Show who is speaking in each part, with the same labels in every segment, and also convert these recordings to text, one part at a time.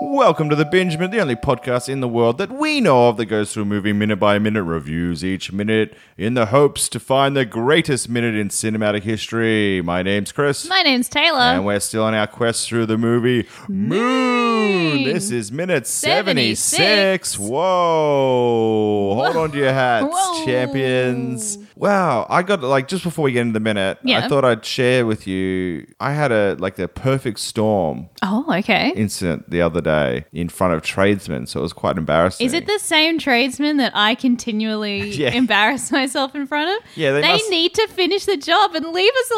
Speaker 1: Welcome to the Binge Minute, the only podcast in the world that we know of that goes through movie minute by minute reviews each minute in the hopes to find the greatest minute in cinematic history. My name's Chris.
Speaker 2: My name's Taylor.
Speaker 1: and we're still on our quest through the movie Moon. This is minute 76.
Speaker 2: 76.
Speaker 1: Whoa. Hold on to your hats,
Speaker 2: Whoa.
Speaker 1: champions. Wow. I got, like, just before we get into the minute, I
Speaker 2: Yeah.
Speaker 1: thought I'd share with you. I had a, like, the perfect storm
Speaker 2: oh, okay.
Speaker 1: incident the other day in front of tradesmen, so it was quite embarrassing.
Speaker 2: Is it the same tradesman that I continually
Speaker 1: Yeah.
Speaker 2: embarrass myself in front of?
Speaker 1: Yeah, they must-
Speaker 2: need to finish the job and leave us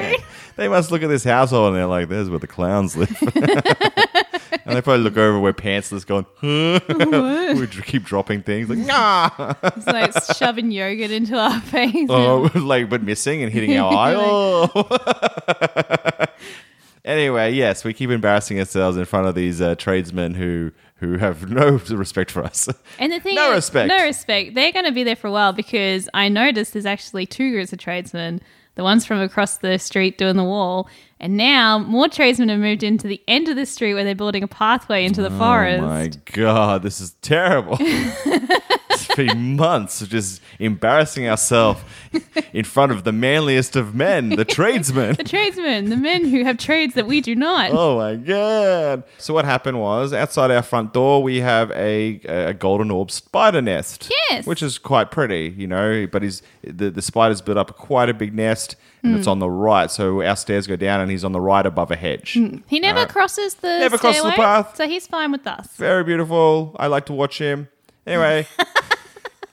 Speaker 2: alone.
Speaker 1: They must look at this household and they're like, "There's where the clowns live," and they probably look over where pantsless going. Huh? we keep dropping things like nah,
Speaker 2: it's like shoving yogurt into our face.
Speaker 1: oh, like but missing and hitting our eye. Oh. anyway, yes, we keep embarrassing ourselves in front of these uh, tradesmen who who have no respect for us.
Speaker 2: And the thing
Speaker 1: No
Speaker 2: is,
Speaker 1: respect.
Speaker 2: no respect. They're going to be there for a while because I noticed there's actually two groups of tradesmen. The ones from across the street doing the wall, and now more tradesmen have moved into the end of the street where they're building a pathway into the forest.
Speaker 1: Oh my god, this is terrible. it's been months of just embarrassing ourselves in front of the manliest of men, the tradesman.
Speaker 2: The tradesmen, the men who have trades that we do not.
Speaker 1: Oh my god! So what happened was, outside our front door, we have a a golden orb spider nest.
Speaker 2: Yes.
Speaker 1: which is quite pretty, you know. But he's the the spider's built up quite a big nest, and it's on the right. So our stairs go down, and he's on the right above a hedge.
Speaker 2: He never crosses the
Speaker 1: Never crosses the
Speaker 2: stairway,
Speaker 1: path.
Speaker 2: so he's fine with us.
Speaker 1: very beautiful. I like to watch him. Anyway,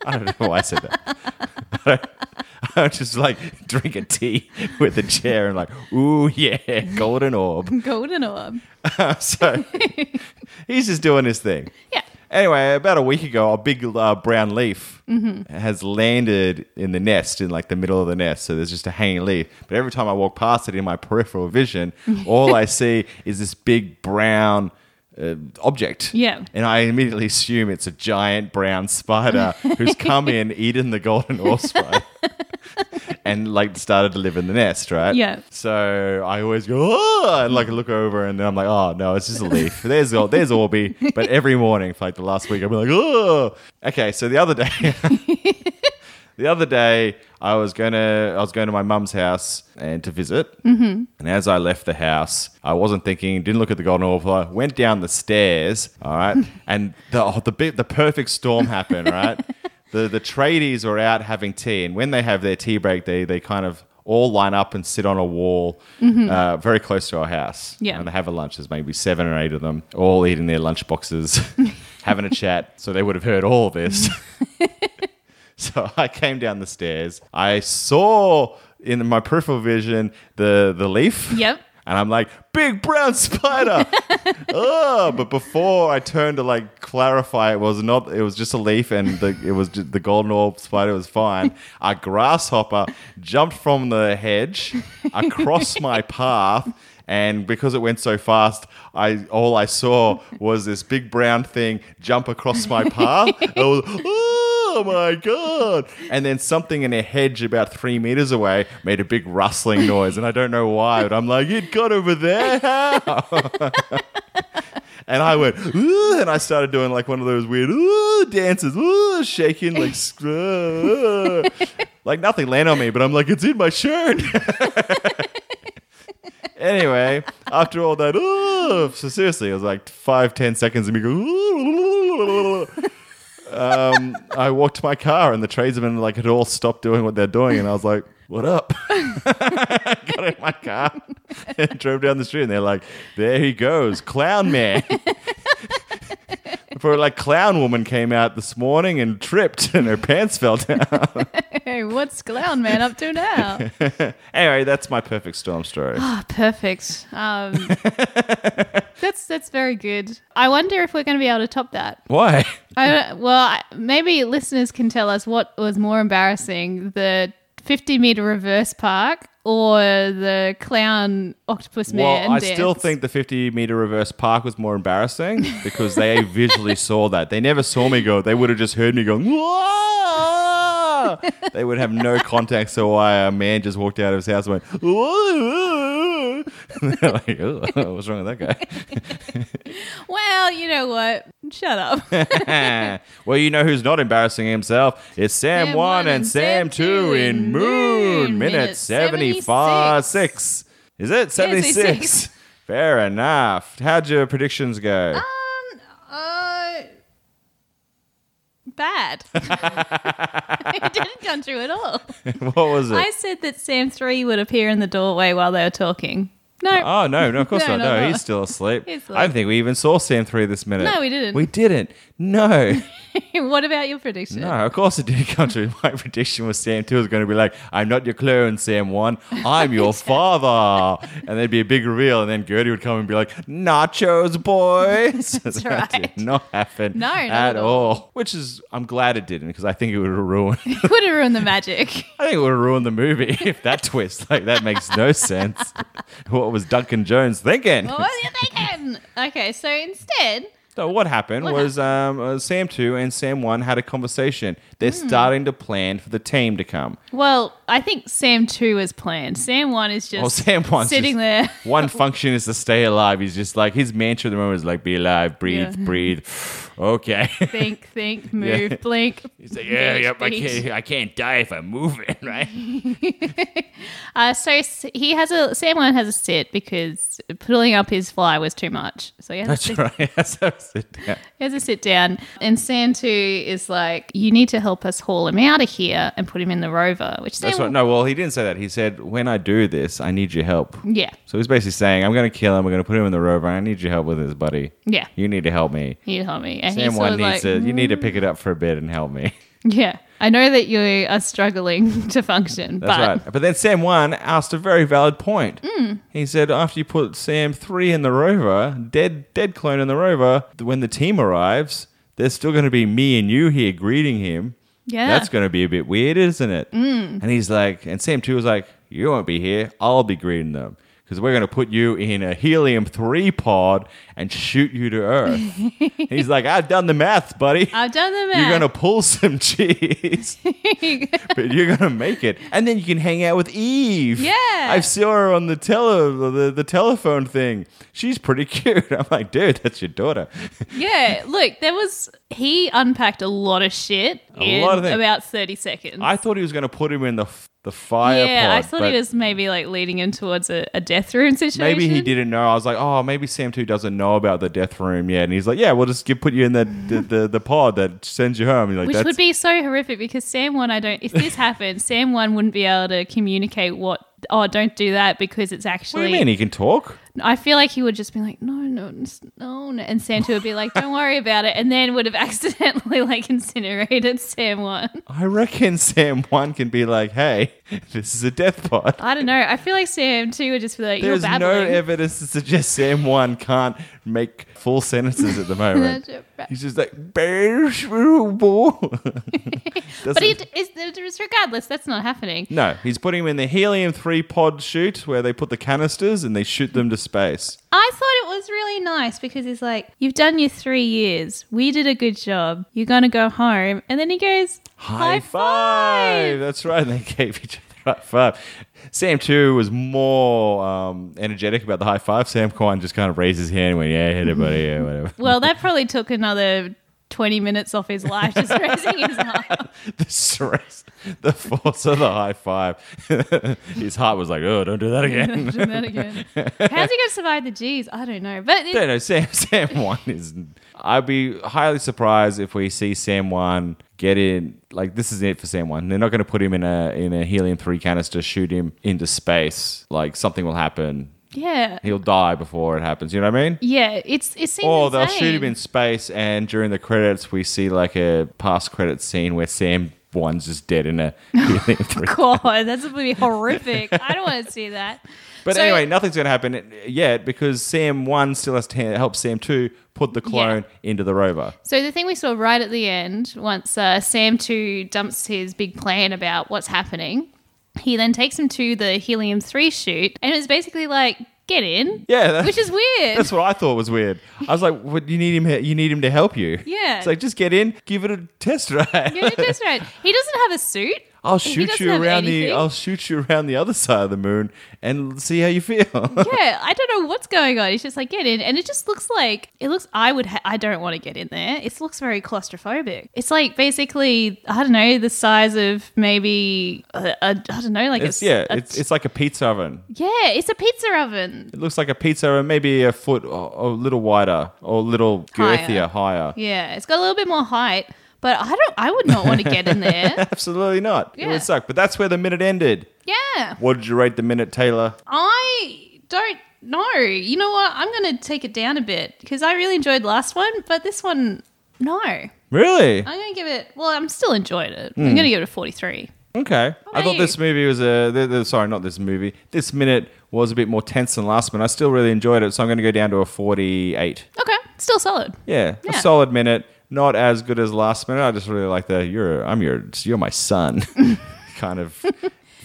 Speaker 1: I don't know why I said that. I was just like drink a tea with a chair and like, ooh yeah, golden orb.
Speaker 2: Golden orb.
Speaker 1: so he's just doing his thing.
Speaker 2: Yeah.
Speaker 1: Anyway, about a week ago, a big uh, brown leaf has landed in the nest, in like the middle of the nest. So there's just a hanging leaf. But every time I walk past it in my peripheral vision, all I see is this big brown uh, object.
Speaker 2: Yeah.
Speaker 1: And I immediately assume it's a giant brown spider who's come in, eaten the golden orb spider. And like started to live in the nest, right?
Speaker 2: Yeah.
Speaker 1: So I always go, oh, and like look over, and then I'm like, oh no, it's just a leaf. There's there's Orby. But every morning for like the last week, I've been like, oh. Okay, so the other day, the other day, I was gonna I was going to my mum's house and to visit, mm-hmm. and as I left the house, I wasn't thinking, didn't look at the golden orb. I went down the stairs, all right, and the oh, the bit the perfect storm happened, right. The, the tradies are out having tea, and when they have their tea break, they, they kind of all line up and sit on a wall uh, very close to our house.
Speaker 2: Yeah.
Speaker 1: And they have a lunch. There's maybe seven or eight of them, all eating their lunch boxes, having a chat. So they would have heard all this. so I came down the stairs. I saw in my peripheral vision the, the leaf.
Speaker 2: Yep.
Speaker 1: And I'm like, big brown spider. oh, but before I turned to like clarify, it was not. It was just a leaf, and the, it was just, the golden orb spider was fine. A grasshopper jumped from the hedge across my path, and because it went so fast, I all I saw was this big brown thing jump across my path. I was, oh my god! And then something in a hedge about three meters away made a big rustling noise, and I don't know why, but I'm like, it got over there. How? And I went, ooh, and I started doing like one of those weird ooh, dances, ooh, shaking, like, sc- uh, uh. like nothing landed on me, but I'm like, it's in my shirt. anyway, after all that, ooh, so seriously, it was like five, ten seconds of me going, ooh, um, I walked to my car and the tradesmen like had all stopped doing what they're doing, and I was like, what up? got in my car and drove down the street, and they're like, "There he goes, clown man." Before like clown woman came out this morning and tripped, and her pants fell down.
Speaker 2: Hey, what's Clown Man up to now?
Speaker 1: anyway, that's my perfect storm story.
Speaker 2: Ah, perfect. Um, that's that's very good. I wonder if we're going to be able to top that.
Speaker 1: Why?
Speaker 2: I don't, well, I- maybe listeners can tell us what was more embarrassing: the 50 meter reverse park or the clown octopus man.
Speaker 1: Well, I
Speaker 2: dance.
Speaker 1: still think the 50 meter reverse park was more embarrassing because they visually saw that. They never saw me go. They would have just heard me going, "Whoa!" They would have no context of why a man just walked out of his house and went, "Whoa!" And They're like, "Ugh, what's wrong with that guy?
Speaker 2: Well, you know what? Shut up.
Speaker 1: well, you know who's not embarrassing himself? It's Sam, 1 and Sam 2 in Moon, minute
Speaker 2: minute
Speaker 1: 75. Six. Is it? 76.
Speaker 2: 76.
Speaker 1: Fair enough. How'd your predictions go?
Speaker 2: Um, uh, bad. it didn't come true at all.
Speaker 1: what was it?
Speaker 2: Uh, I said that Sam 3 would appear in the doorway while they were talking. No.
Speaker 1: Oh no, no, of course
Speaker 2: No,
Speaker 1: not.
Speaker 2: no,
Speaker 1: No,
Speaker 2: no.
Speaker 1: he's still asleep.
Speaker 2: He's asleep.
Speaker 1: I don't think we even saw Sam three this minute.
Speaker 2: No, we didn't.
Speaker 1: We didn't. No,
Speaker 2: what about your prediction?
Speaker 1: Uh, no. Of course it didn't come true. My prediction was Sam two was going to be like, "I'm not your clone, Sam one. I'm your father," and there'd be a big reveal, and then Gertie would come and be like, "Nachos, boys." That's
Speaker 2: right.
Speaker 1: Did not happen.
Speaker 2: No, not
Speaker 1: at
Speaker 2: at all.
Speaker 1: all. Which is, I'm glad it didn't because I think it would have ruined.
Speaker 2: It would have ruined the magic.
Speaker 1: I think it would have ruined the movie if that twist. Like that makes no sense. what was Duncan Jones thinking?
Speaker 2: what was you thinking? Okay, so instead,
Speaker 1: So what happened
Speaker 2: What
Speaker 1: was um, uh, Sam two and Sam one had a conversation. They're
Speaker 2: Hmm.
Speaker 1: starting to plan for the team to come.
Speaker 2: well, I think Sam 2 was planned. Sam 1 is just
Speaker 1: Well, Sam one's
Speaker 2: sitting
Speaker 1: just-
Speaker 2: there.
Speaker 1: One function is to stay alive. He's just like his mantra at the moment is like be alive, breathe,
Speaker 2: Yeah.
Speaker 1: breathe. Okay.
Speaker 2: Think, think, move, blink.
Speaker 1: He's like, yeah,
Speaker 2: Beach,
Speaker 1: yep, I
Speaker 2: beach.
Speaker 1: can't, I can't die if I move it, right?
Speaker 2: Uh, so s- he has a Sam one has a sit because pulling up his fly was too much. So he has, a,
Speaker 1: That's
Speaker 2: sit,
Speaker 1: right. So sit down.
Speaker 2: he has a sit down, and Sam two is like, "You need to help us haul him out of here and put him in the rover." Which Sam,
Speaker 1: That's right. No, well, he didn't say that. He said, when I do this, I need your help.
Speaker 2: yeah,
Speaker 1: So he's basically saying, I'm going to kill him. We're going to put him in the rover. I need your help with this, buddy.
Speaker 2: yeah,
Speaker 1: You need to help me.
Speaker 2: you help me. And
Speaker 1: Sam
Speaker 2: he's sort
Speaker 1: one
Speaker 2: of
Speaker 1: needs
Speaker 2: like, "Mm."
Speaker 1: to. You need to pick it up for a bit and help me.
Speaker 2: yeah, I know that you are struggling to function,
Speaker 1: That's
Speaker 2: but Mm.
Speaker 1: right. But then Sam one asked a very valid point. He said after you put Sam three in the rover, dead dead clone in the rover, th- when the team arrives, there's still going to be me and you here greeting him.
Speaker 2: Yeah. Mm.
Speaker 1: that's going to be a bit weird, isn't it? And he's like, and Sam two was like, you won't be here. I'll be greeting them. Because we're going to put you in a helium 3 pod and shoot you to Earth. He's like, I've done the math, buddy.
Speaker 2: I've done the
Speaker 1: You're
Speaker 2: math.
Speaker 1: gonna pull some cheese, but you're gonna make it, and then you can hang out with Eve.
Speaker 2: Yeah.
Speaker 1: I saw her on the tele the, the telephone thing. She's pretty cute. I'm like, dude, that's your daughter.
Speaker 2: yeah, look, there was he unpacked a lot of shit
Speaker 1: A
Speaker 2: in
Speaker 1: lot of things.
Speaker 2: about thirty seconds.
Speaker 1: I thought he was gonna put him in the f- the fire
Speaker 2: yeah,
Speaker 1: pod.
Speaker 2: I thought
Speaker 1: but
Speaker 2: he was maybe like leading him towards a, a death room situation.
Speaker 1: Maybe he didn't know. I was like, oh, maybe Sam two doesn't know about the death room yet. And he's like, yeah, we'll just get, put you in the the, the, the pod that sends you home. He's like,
Speaker 2: Which
Speaker 1: that's
Speaker 2: would be so horrific because Sam one, I don't. If this happened, Sam one wouldn't be able to communicate what. Oh, don't do that because it's
Speaker 1: what
Speaker 2: actually.
Speaker 1: do you mean he can talk?
Speaker 2: I feel like he would just be like, no, no, it's- no, no, and Sam two would be like, don't worry about it, and then would have accidentally like incinerated Sam one.
Speaker 1: I reckon Sam one can be like, hey, this is a death pod.
Speaker 2: I don't know. I feel like Sam two would just be like,
Speaker 1: There's
Speaker 2: you're
Speaker 1: no
Speaker 2: babbling.
Speaker 1: evidence to suggest Sam One can't make full sentences at the moment. He's just like, but
Speaker 2: but he, is, is regardless, that's not happening.
Speaker 1: no, he's putting him in the helium three pod shoot where they put the canisters and they shoot them to space.
Speaker 2: I thought it was really nice because he's like, You've done your three years. We did a good job. You're going to go home. And then he goes,
Speaker 1: High five! That's right. They gave each other a high five. Sam Two was more um, energetic about the high five. Sam Kwan just kind of raised his hand and went, "Yeah, hit it, buddy. Yeah, whatever."
Speaker 2: Well, that probably took another 20 minutes off his life just raising his arm.
Speaker 1: the stress, the force of the high five. His heart was like, oh, don't do that again.
Speaker 2: Imagine that again. How's he going to survive the G's? I don't know. But it-
Speaker 1: No, no, Sam, Sam One is. I'd be highly surprised if we see Sam One get in. Like this is it for Sam One. They're not going to put him in a in a helium three canister, shoot him into space. Like something will happen.
Speaker 2: yeah.
Speaker 1: He'll die before it happens. You know what I mean?
Speaker 2: Yeah, it's it seems
Speaker 1: Or Oh, they'll
Speaker 2: insane.
Speaker 1: shoot him in space, and during the credits, we see like a past credit scene where Sam One's just dead in a helium three
Speaker 2: God, that's going to be horrific. I don't want to see that.
Speaker 1: But
Speaker 2: So-
Speaker 1: anyway, nothing's going to happen yet because Sam 1 still has to ha- help Sam 2 put the clone into the rover.
Speaker 2: So the thing we saw right at the end, once uh, Sam two dumps his big plan about what's happening, he then takes him to the helium three shoot, and it's basically like, get in,
Speaker 1: Yeah, that-
Speaker 2: which is weird.
Speaker 1: That's what I thought was weird. I was like, "What? You need him. he- You need him to help you."
Speaker 2: Yeah.
Speaker 1: It's like just get in, give it a test ride.
Speaker 2: yeah, that's right. He doesn't have a suit.
Speaker 1: I'll
Speaker 2: he
Speaker 1: shoot
Speaker 2: doesn't
Speaker 1: you
Speaker 2: have
Speaker 1: around the
Speaker 2: anything-
Speaker 1: I'll shoot you around the other side of the moon and see how you feel.
Speaker 2: yeah, I don't know what's going on. It's just like get in, and it just looks like it looks. I would. Ha- I don't want to get in there. It looks very claustrophobic. It's like basically I don't know the size of maybe I a, I don't know like
Speaker 1: it's
Speaker 2: a, s-
Speaker 1: yeah,
Speaker 2: a-
Speaker 1: it's it's like a pizza oven.
Speaker 2: yeah, it's a pizza oven.
Speaker 1: It looks like a pizza oven, maybe a foot or, or a little wider or a little
Speaker 2: Higher.
Speaker 1: girthier, higher.
Speaker 2: Yeah, it's got a little bit more height, but I don't. I would not want to get in there.
Speaker 1: Absolutely not. It
Speaker 2: Yeah.
Speaker 1: would suck. But that's where the minute ended.
Speaker 2: Yeah,
Speaker 1: What did you rate the minute, Taylor?
Speaker 2: I don't know. You know what? I'm gonna take it down a bit because I really enjoyed last one, but this one, no.
Speaker 1: Really?
Speaker 2: I'm gonna give it. Well, I'm still enjoying it. I'm gonna give it a 43.
Speaker 1: Okay. I
Speaker 2: about
Speaker 1: thought this
Speaker 2: you?
Speaker 1: movie was a. th- th- sorry, not this movie. This minute was a bit more tense than last minute. I still really enjoyed it, so I'm going to go down to a 48.
Speaker 2: Okay, still solid.
Speaker 1: Yeah,
Speaker 2: Yeah.
Speaker 1: a solid minute. Not as good as last minute. I just really like the you're I'm your you're my son kind of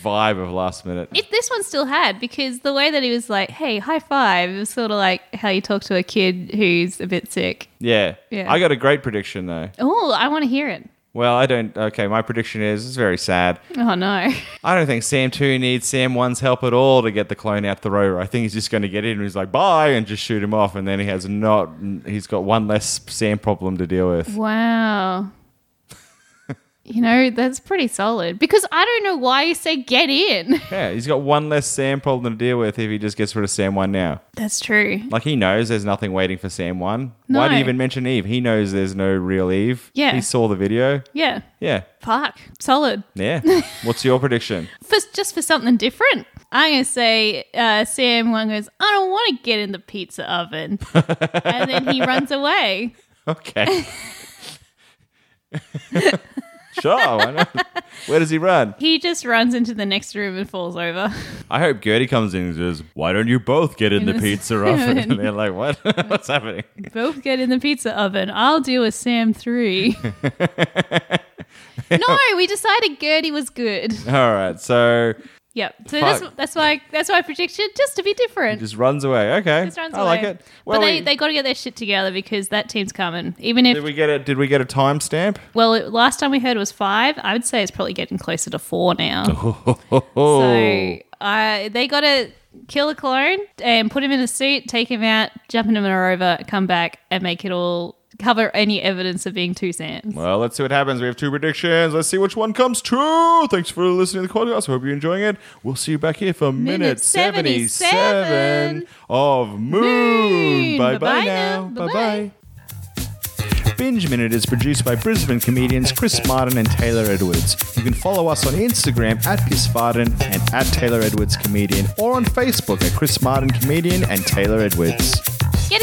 Speaker 1: vibe of last minute.
Speaker 2: If this one still had, because the way that he was like, "Hey, high five, it was sort of like how you talk to a kid who's a bit sick.
Speaker 1: Yeah.
Speaker 2: Yeah.
Speaker 1: I got a great prediction though.
Speaker 2: Oh, I want to hear it.
Speaker 1: Well, I don't. Okay, my prediction is it's very sad.
Speaker 2: Oh no,
Speaker 1: I don't think Sam 2 needs Sam 1's help at all to get the clone out the rover. I think he's just going to get in and he's like, bye, and just shoot him off. And then he has not, he's got one less Sam problem to deal with.
Speaker 2: wow. You know that's pretty solid because I don't know why you say get in.
Speaker 1: Yeah, he's got one less Sam problem to deal with if he just gets rid of Sam 1 now.
Speaker 2: That's true.
Speaker 1: Like, he knows there's nothing waiting for Sam 1. Why
Speaker 2: No.
Speaker 1: do you even mention Eve? He knows there's no real Eve.
Speaker 2: Yeah.
Speaker 1: He saw the video.
Speaker 2: Yeah.
Speaker 1: Yeah.
Speaker 2: Fuck. Solid.
Speaker 1: Yeah. What's your prediction?
Speaker 2: for just for something different. I'm gonna say uh, Sam one goes, I don't want to get in the pizza oven, and then he runs away.
Speaker 1: Okay. sure. Why not? Where does he run?
Speaker 2: He just runs into the next room and falls over.
Speaker 1: I hope Gertie comes in and says, "Why don't you both get in the
Speaker 2: the
Speaker 1: pizza
Speaker 2: oven.
Speaker 1: oven?" And they're like, "What? What's happening?"
Speaker 2: Both get in the pizza oven. I'll do a Sam three. no, we decided Gertie was good.
Speaker 1: All right, so
Speaker 2: Yep. So that's
Speaker 1: Fuck.
Speaker 2: that's my that's my prediction, just to be different.
Speaker 1: just runs away. Okay,
Speaker 2: Just runs
Speaker 1: I like
Speaker 2: away.
Speaker 1: it. Well,
Speaker 2: but they,
Speaker 1: we-
Speaker 2: they got to get their shit together because that team's coming. Even if
Speaker 1: did we get it? Did we get a timestamp?
Speaker 2: Well, it, last time we heard it was five. I would say it's probably getting closer to four
Speaker 1: Oh.
Speaker 2: now. So uh, they got to kill a clone and put him in a suit, take him out, jump him in a rover, come back, and make it all cover any evidence of being two Sands.
Speaker 1: Well, let's see what happens. We have two predictions. Let's see which one comes true. Thanks for listening to the podcast. I hope you're enjoying it. We'll see you back here for minute,
Speaker 2: Minute
Speaker 1: 77 of Moon.
Speaker 2: Moon.
Speaker 1: Bye bye
Speaker 2: Bye-bye
Speaker 1: now.
Speaker 2: now.
Speaker 1: Bye bye. Binge Minute is produced by Brisbane comedians Chris Martin and Taylor Edwards. You can follow us on Instagram at Chris Martin and at Taylor Edwards Comedian or on Facebook at Chris Martin Comedian and Taylor Edwards.
Speaker 2: Get